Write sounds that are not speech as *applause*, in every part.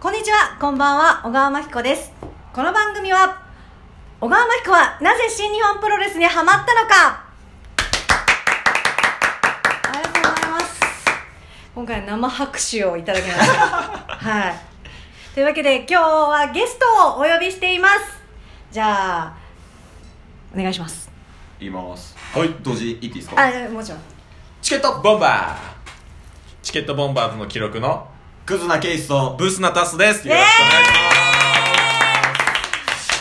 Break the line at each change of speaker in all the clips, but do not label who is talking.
こんにちは、こんばんは、小川真紀子です。この番組は、小川真紀子はなぜ新日本プロレスにハマったのかありがとうございます。今回生拍手をいただきま *laughs* した。はい。というわけで今日はゲストをお呼びしています。じゃあ、お願いします。
言いますはい同時言っていいですか
あ、もちろん。
チケット
ボンバーチケットボンバーズの記録の
クズなケースと
ブースナタスです
イエ
よろしく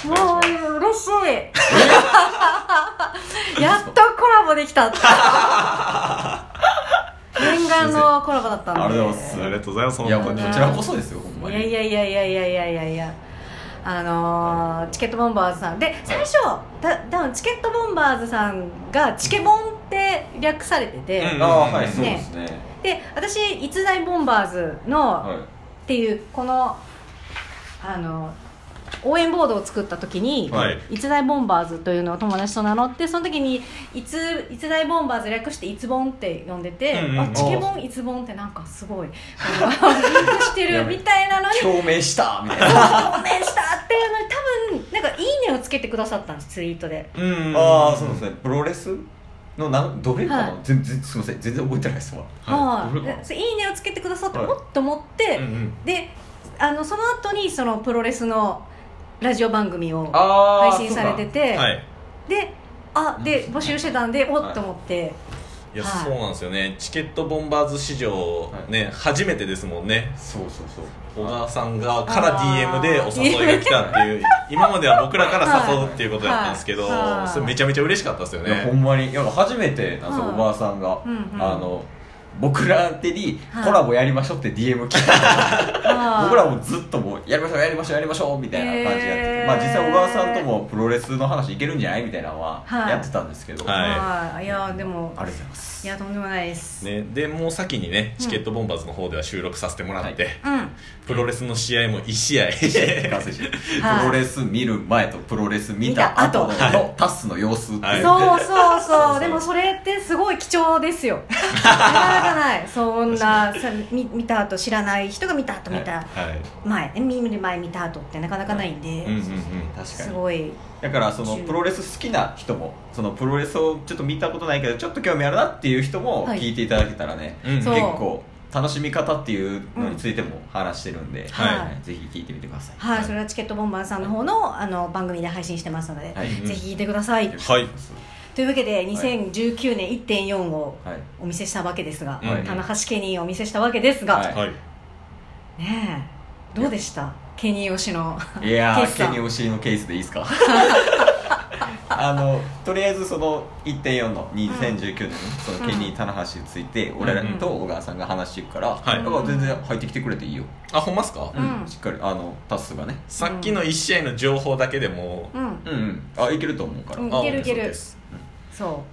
お願いし
もう嬉しい *laughs* やっとコラボできた念願のコラボだったんで
ありがとうございま
ますすありがとうございます
いや
本
も
当
うこ
に
ちらこそですよほんま
い
に
やいやいやいやいやいやいやいやあのー、チケットボンバーズさんで最初た多分チケットボンバーズさんがチケボンって略されてて、
うん
ああはいそう
ね
ですね
で私逸材ボンバーズの、
はい
っていうこのあの応援ボードを作った時に、
はい
逸材ボンバーズというのを友達と名乗ってその時にいつ逸材ボンバーズ略して「いつボン」って呼んでて
うんう
「
ん
あチケボンいつボン」ってなんかす
*laughs*
ごいあのリンクしてるみたいなのに
共鳴したみたいな
ごめんしたっていうのに多分なんか「いいね」をつけてくださったんですツイートで。
うん
ああそうですねプロレスのなんどれか
はい
な全然すいません全然覚えてないですわ
はい
どれかな
でそれいいねをつけてくださって
はい
もっと思って、
うんうん
であのその後にそのプロレスのラジオ番組を
あ
配信されてて、
はい
であで募集してたんでおっと思って、
いや、
はい
そうなんですよねチケットボンバーズ史上ね、初めてですもんね
そうそうそう
小
あ
川さんがから DM
あー
でお誘いが来たって
*laughs*
いう今までは僕らから誘うっていうことだったんですけど、
はいはい
それめちゃめちゃ嬉しかったですよ
いやほ
ね
んまにいや初めてなんですよ
はい
おばあさんが
うんうん
あの僕ら宛てに
はい
コラボやりましょうって DM 来た
あー
僕らもずっともうやりましょうやりましょうやりましょうみたいな感じでやってて、
へー
まあ実際小川さんともプロレスの話いけるんじゃないみたいなのは
はい
やってたんですけど、
はい
はいいやでも
ありがとうございます
いやとんでもないです、
ね、でもう先にねチケットボンバーズの方では収録させてもらって、
は
う
プロレスの試合も1試合
完成しプ
はい
ロレス見る前とプロレス見た後
見
た後
のタスの様子って
は
ん
い
そうそうそう
そう
でもそれってすごい貴重ですよなかなかないそんなさ見見た後知らない人が見た後見た
*laughs* はい
前、見見る前見た後ってなかなかないんで、
うんうんうん
確か
す
に
ごい
だからそのプロレス好きな人もそのプロレスをちょっと見たことないけどちょっと興味あるなっていう人も
はい
聞いていただけたらね、
うん
そう
結構楽しみ方っていうのについても話してるんで、
はい
ぜひ聞いてみてください、
はいそれはチケットボンバーさんの方のあの番組で配信してますので、
はい
ぜひ聞いてください、
はい
というわけで2019年1.4を
はい
お見せしたわけですが、
はい
棚橋家にお見せしたわけですが、
はい
はい
ねえどうでしたケニー推しの
いや
ケー
ー
スさん
ケニーお尻のケースでいいで
*laughs*
すかあのとりあえずその1.4の2019年、そのケニー棚橋について俺らと小川さんが話していくから、
はい
だから全然入ってきてくれていいよ、
あほんまっすか、
うん
しっかりあのタスがね
さっきの1試合の情報だけでも
うん、うん
うんうんあいけると思うから、
うん
ね
あ
いけるいける
そうです
そ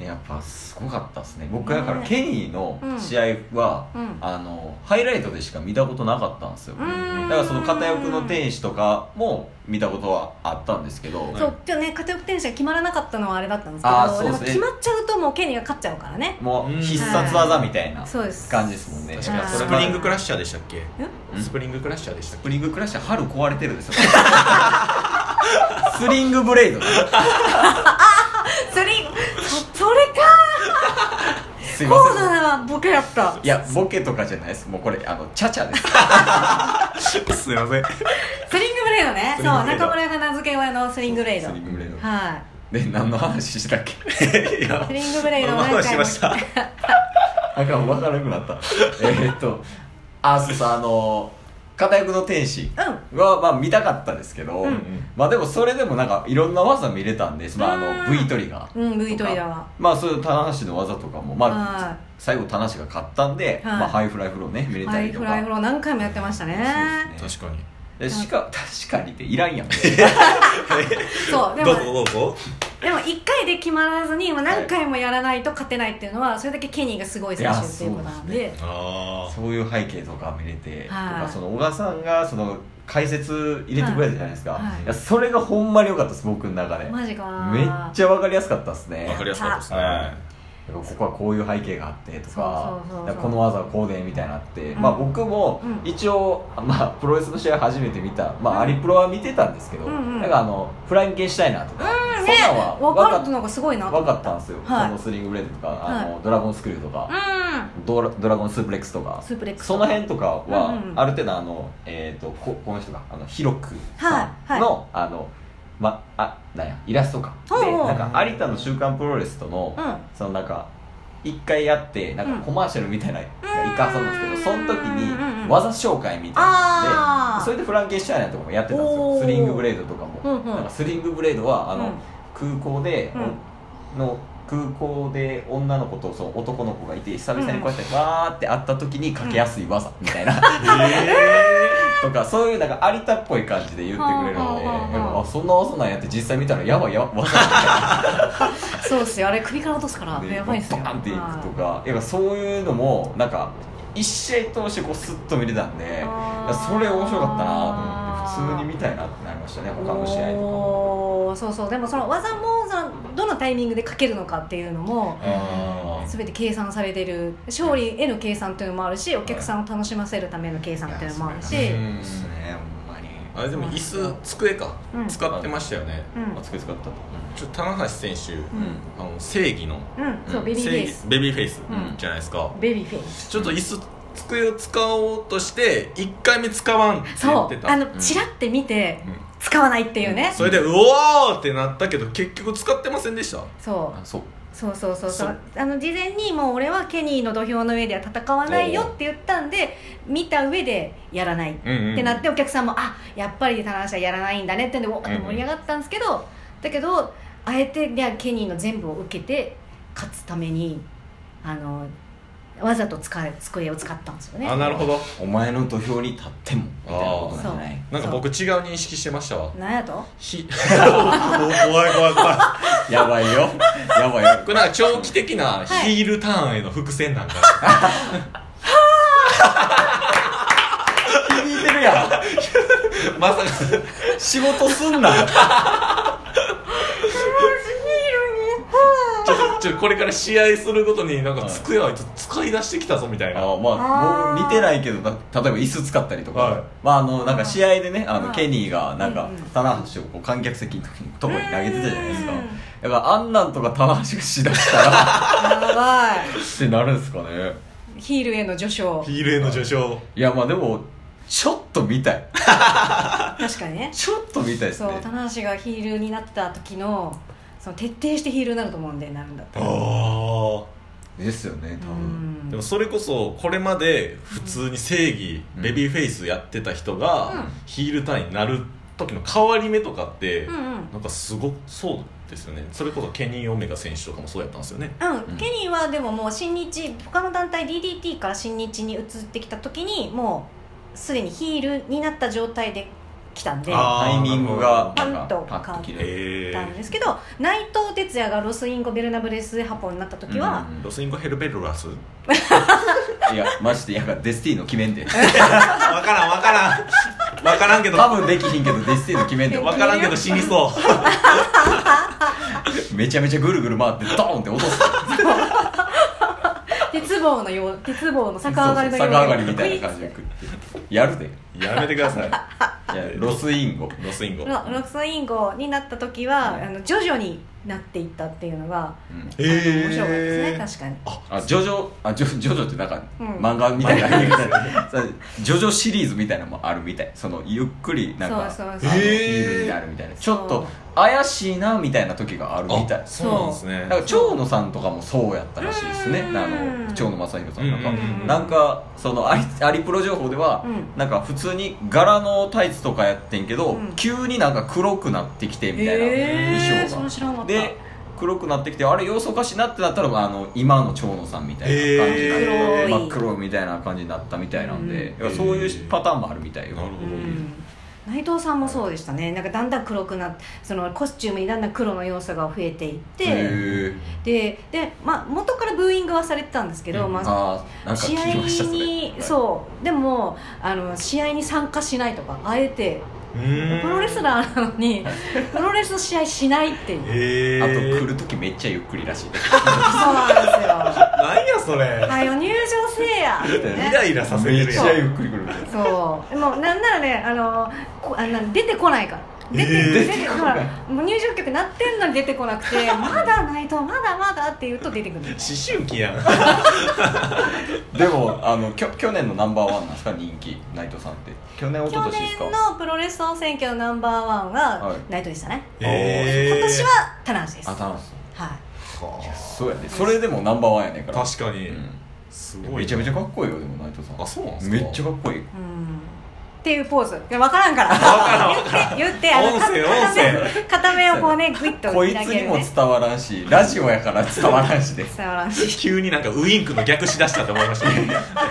やっぱすごかったですね僕だから
ね
ケニーの試合は、
うん
あのハイライトでしか見たことなかったんですよ、
ううーん
だからその片翼の天使とかも見たことはあったんですけど、
う
はい
そう今日ね片翼転車決まらなかったのはあれだったんですけ
あーそう
ど
で
も
すね
決まっちゃうともうケニーが勝っちゃうからね
も
う
うん必殺技みたいな
そうです
感じですもんね
確
は
か
い
に
そ
ス
れ
プ
まで
リングクラッシャーでしたっけ
ん
うん
スプリングクラッシャーでしたっ
ス
け
プリングクラッシャー春壊れてるんです *laughs* よスリングブレイド
それそそれか
すいま
高
せ
度
ん
なボケだった
いやボケとかじゃないですもうこれあのチャチャです *laughs*
すいません
スリングブレードね
ス
そう
リングブレ
中村
ード
が名付け親のスリングブレード
スリングブレイド
はい
で何の話してたっけ *laughs*
いや
スリングブレードを何回も
まあまあしました
あかん分からなくなったえーっとあそうそうあの片役の天使は、まあ、見たかったですけど、
うん
まあでもそれでもなんかいろんな技見れたんでそのあ
う
の
ん
V トリガー
うん V トリだわ
まあそういう棚橋の技とかもまあ
は
最後田無が勝ったんで、
はい
まあ、ハイフライフローね見
い
れ
ハ
た
イ
りと
フ
か
ライフロー何回もやってましたね
そうです
確かに
ねでしか確かにっていらんやん
そうで
ど
も
うぞどうぞ
でも1回で決まらずにもう何回もやらないと勝てないっていうのはそれだけケニーがすごい選手っていうことなんで
いや
あ
そういう背景とか見れて、
はい
とかその小川さんがその解説入れてくれたじゃないですか、
はい
い
はい
やそれがほんまに良かったです僕の中でめっ
マジか
ちゃ分かりやすかったです
あ
ね
わかりやすかったですね
はだからここはこういう背景があってとか
そうそうそうそう
だからこの技はこうでみたいなのあって、
うん
まあ、僕も
うん
一応、まあ、プロレスの試合初めて見た、まあ、アリプロは見てたんですけど、
うんうん
だからあのフライングしたいなとか、
うん
そ
ね
んなんは
分かるって
分
のがすごいな
か
と
分
思
か
っ
ったんですよ、
はい
そのスリングブレードとかあの、
は
ドラゴンスクリューとか、
た
ドラドラゴンスープレックスとか
うんスープレックス
その辺とかは、
うんうん
ある程度あの、えー、とここの人があのヒロクさ
は
ん
い
の,、あのま、あなんやイラストか
ほう
で
ほう
なんか有田の「週刊プロレス」との、
うん
そのなんか一回やってなん
うん
かコマーシャルみたいなのが一回挟んだんですけど、
うん
その時
うんうん
に技紹介みたいなの
あー
でそれでフランケンシュタイナーとかもやってたんです
おー
よスリングブレードとかも、
うんうん
なんかスリングブレードはあの、
うん
空港で、
うん
の空港で女の子とその男の子がいて久々にこうやってわーって会った時にかけやすい技みたいな、とかそういうなんか有田っぽい感じで言ってくれるので、
はあはあはあ
あそんな技なんやって実際見たらやばいやばい技みたいな
そうっすよあれ首から落とすから、
ね
やばいっすよ
バンっていくとかやっぱそういうのもなんか一試合通してこうスッと見れたんで
あー
それ面白かったなと思って普通に見たいなってなりましたね他の試合とかも。
おーそうそうでもその技もそのどのタイミングでかけるのかっていうのも
うん
全て計算されてる勝利への計算というのもあるしお客さんを楽しませるための計算というのもあるし、
いや
うん
ですねほんまに
あれでも椅子机か、
うん
使ってましたよね、
うん
熱く使ったと
ちょっと棚橋選手、
うん
あの正義の
うんそう
うん
ベビーフェイ
正義
ス
ベビーフェイス
うん
じゃないですか、
ベビーフェイス
ちょっと椅子机を使おうとして一回目使わんって言
そ
って
う
た
あの
うん
チラって見て
うん
使わないっていうね、
それでうおーってなったけど結局使ってませんでした
そう
あそう
そうそうそうそう
そう
あの事前にもう俺はケニーの土俵の上では戦わないよって言ったんで見た上でやらないっ
うんうん
てなってお客さんもあやっぱり棚橋はやらないんだねってんでおーって盛り上がったんですけど、だけどあえてじゃあケニーの全部を受けて勝つためにあのわざと使え机を使ったんですよね
あなるほど
お前の土俵に立ってもみたいなことなんじゃない
なんか僕違う認識してましたわ
なんやと
ひ *laughs* 怖い怖い怖い
やばいよやばいよ
これなんか長期的な
はい
ヒールターンへの伏線なんか、
気に入ってる *laughs* やん
まさか
仕事すんな
*laughs* ちょっとちょっとこれから試合するごとになんか机あいつ使い出してきたぞみたい
あ
な
ま
あー
あもう見てないけどた例えば椅子使ったりとか、
はい
まああのなんか試合でねあ
う
の
ん
ケニーがなんか
うんうん
棚橋をこう観客席の時にとこに投げてたじゃないですか
うん
だからあんなんとか棚橋がしだした *laughs* ら
やばい
ってなるんですかね
ヒールへの序章
ヒールへの序章
いやまあでもちょっと見たい
確かにね
ちょっと見たいです
そう
ね
棚橋がヒールになった時のその徹底してヒールになると思うんでなるんだったら
あ
ですよね多
う
分
あ
ん
でもそれこそこれまで普通に正義、
うん
ベビーフェイスやってた人
うん
がヒールターンになる時の変わり目とかって、
うんうん
なんかすごくそうですよねそれこそケニー・オメガ選手とかもそうやったんですよね
う、
うんん
ケニーはでももう新日他の団体 DDT から新日に移ってきた時にもうすでにヒールになった状態で来たんで
あ
な
タ
ー
イミングが
な
な
る
ん
ほ
か
ど
パッと切れる
え
んですけど内藤哲也がロスインゴベルナブレスハポになった時は、
うん
ロスインゴ・ヘルベルラスわ
いやマジでやっぱデスティーノ決めんで
からんわからんわからんけど
多
わ
分できひんけどデスティーノ決めんで
からんけど死にそう
めちゃめちゃぐるぐる回ってドーンって落とす
鉄棒のよう鉄棒の逆上がりのよ
そううそう
に
逆上がりみたいな感じで食ってやるで
やめてください
いやロスインゴ
ロスインゴ
ロロスインゴになった時は、あの徐々になっていったっていうのが、
うん
え
あの面白かったですね確かに
あジョジョあジョジョジョってなんか、
うん
漫画みたいな *laughs* さジョジョシリーズみたいなのもあるみたいそのゆっくりなんか
そうそう
あ
そう
のヒールになるみたいなちょっと怪しいなみたいな時があるみたい
あそうなんですね
だから蝶野さんとかもそうやったらしいですね
うん
あの蝶野正弘さんなんか、
うんうんうん
なんかそのアリアリプロ情報では、
うん
なんか普通に柄のタイツとかやってんけど、
うん
急になんか黒くなってきてみたいな
えー
衣
そ
装
れ知らなか
が、
った
で黒くなってきてあれ様子おかしいなってなったらあの今の蝶野さんみたいな感じになって、
えー
真っ黒みたいな感じになったみたいなんで、
うん
そういうパターンもあるみたいよ、
なるほど
うん内藤さんもそうでしたねなんかだんだん黒くなってそのコスチュームにだんだん黒の要素が増えていって、
へ
でで、まあ、元からブーイングはされてたんですけど、
うん
まあ、
あーなんか
試合
聞きましたそれ
に
はい
そうでもあの試合に参加しないとかあえて
うん
プロレスラーなのにプロレスの試合しないっていう
へえ
あと来る時めっちゃゆっくりらしい
そうなんで
*laughs*
すよ
なんやそれ
「はよ入場せえや」ってね
イライラさせて
めっ
る
ち
やん
ゃゆっくり来る
そうもうなんならねあのこあなん出てこないから出て,、
えー
出てほらもう入場曲なってんのに出てこなくてまだないとまだまだって言うと出てくるの
思春期やん
でもあのきょ去年のナンバーワンなんですか人気内藤さんって去年一昨
去
年です
年
か
のプロレス総選挙のナンバーワン
は
はい内藤でしたね、
へー
今年は棚橋です
あ
は
ダン
い
スそうやねそれでもナンバーワンやねんから
確かに、
うん
す
え
ごい
めちゃめちゃかっこいいよでも内藤さん
あそうなんですか
めっちゃかっこいい
うんっていうポーズいや分からんから言って言ってあの
音声
片片目片目
音
をこうねグイッと
こいつ
開け
に
る
も
ね
伝わらんしラジオやから伝わらんしで
伝わらんし
*laughs* 急になんかウインクの逆しだしたと思い *laughs* まし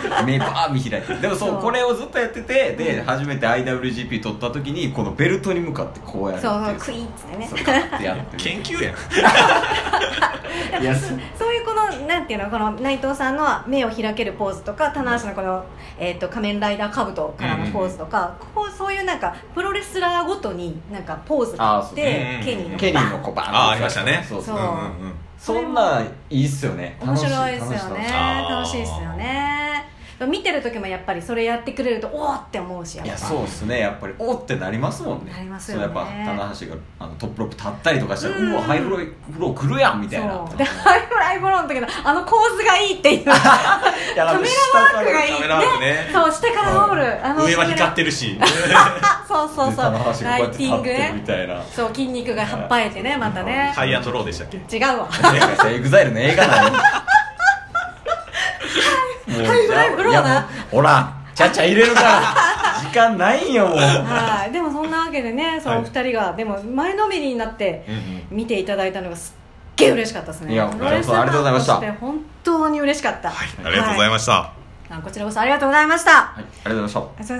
た
*laughs* 目バー見開いてでもそう
そう
これをずっとやっててで初めて IWGP 取った時にこのベルトに向かってこうやるって
そうそう
いう
クイーンっつってね
そうガッてやって
研究やん
いやす
そういうこのなんていうのこの内藤さんの目を開けるポーズとか棚橋のこの、えっと仮面ライダー兜からのポーズとか、ここそういうなんかプロレスラーごとになんかポーズがあって
あーそう
ね
ケニーの
ケニーの子バーンって
あありましたね
そう
そ
そうう
うんうん
そんなんいいっすよね
面白いですよね
あー
楽しいですよね見てる時もやっぱりそれやってくれるとおおって思うしやっ
い
ぱ
やそうっすねやっぱりおーってなりますもんね
なりますよね
そうやっぱ棚橋があのトップロップ立ったりとかしたら、
う
うんわハイフローフロー来るやんみたいな *laughs*
そうでハイフライボロの時のあの構図がいいっていうカ
いやなんか
メ
下
ラワークがいい
カメラワークね
そう下から守るあの
上は光ってるし
あそうそうそう
で棚橋が
ラ
こうや
イ
って
テ
立
ィン
っ
グ
*laughs* てる
ね
みたいな
そう筋肉がはっぱえてねまたね
ハイアンドローでしたっけ
違うわ
エグザイルの映画なのもう
ハイフライブローない
やもうほらちゃちゃ入れるから時間ないんよもう
はいでもそんなわけでねそのお二人が、でも前のめりになって
うんうん
見ていただいたのがすっげえ嬉しかったですね
いや
プロレスラー
ありがとうございました
とて本当に嬉しかった、
ありがとうござい
ま
ました、
す、あこちらこそありがとうございました、
はいありがとうございました
ありがとうございました